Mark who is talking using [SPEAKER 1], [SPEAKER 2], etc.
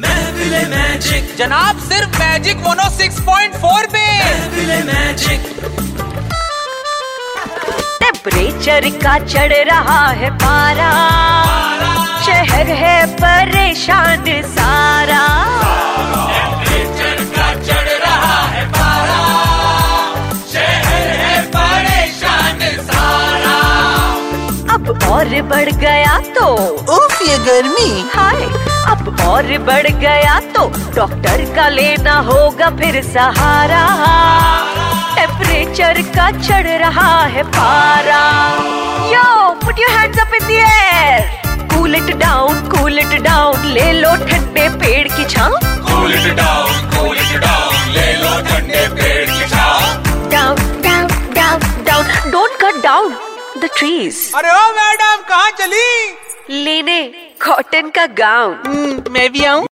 [SPEAKER 1] महफिले magic
[SPEAKER 2] जनाब सिर्फ magic mono 6.4 पे
[SPEAKER 1] महफिले मैजिक
[SPEAKER 3] टेम्परेचर का चढ़ रहा है पारा शहर है परेशान सारा
[SPEAKER 1] टेम्परेचर का चढ़ रहा है पारा शहर है परेशान सारा
[SPEAKER 3] अब और बढ़ गया तो
[SPEAKER 4] उफ ये गर्मी
[SPEAKER 3] हाय अब और बढ़ गया तो डॉक्टर का लेना होगा फिर सहारा टेम्परेचर का चढ़ रहा है पारा yo put your hands up in the air cool it down cool it down ले लो ठंडे पेड़ की छांव
[SPEAKER 1] cool it down cool it down ले लो ठंडे पेड़ की छांव
[SPEAKER 3] down down down down don't cut down the trees
[SPEAKER 2] अरे ओ मैडम कहाँ चली
[SPEAKER 3] लेने कॉटन का गाउन
[SPEAKER 2] हम्म,
[SPEAKER 4] मैं भी आऊँ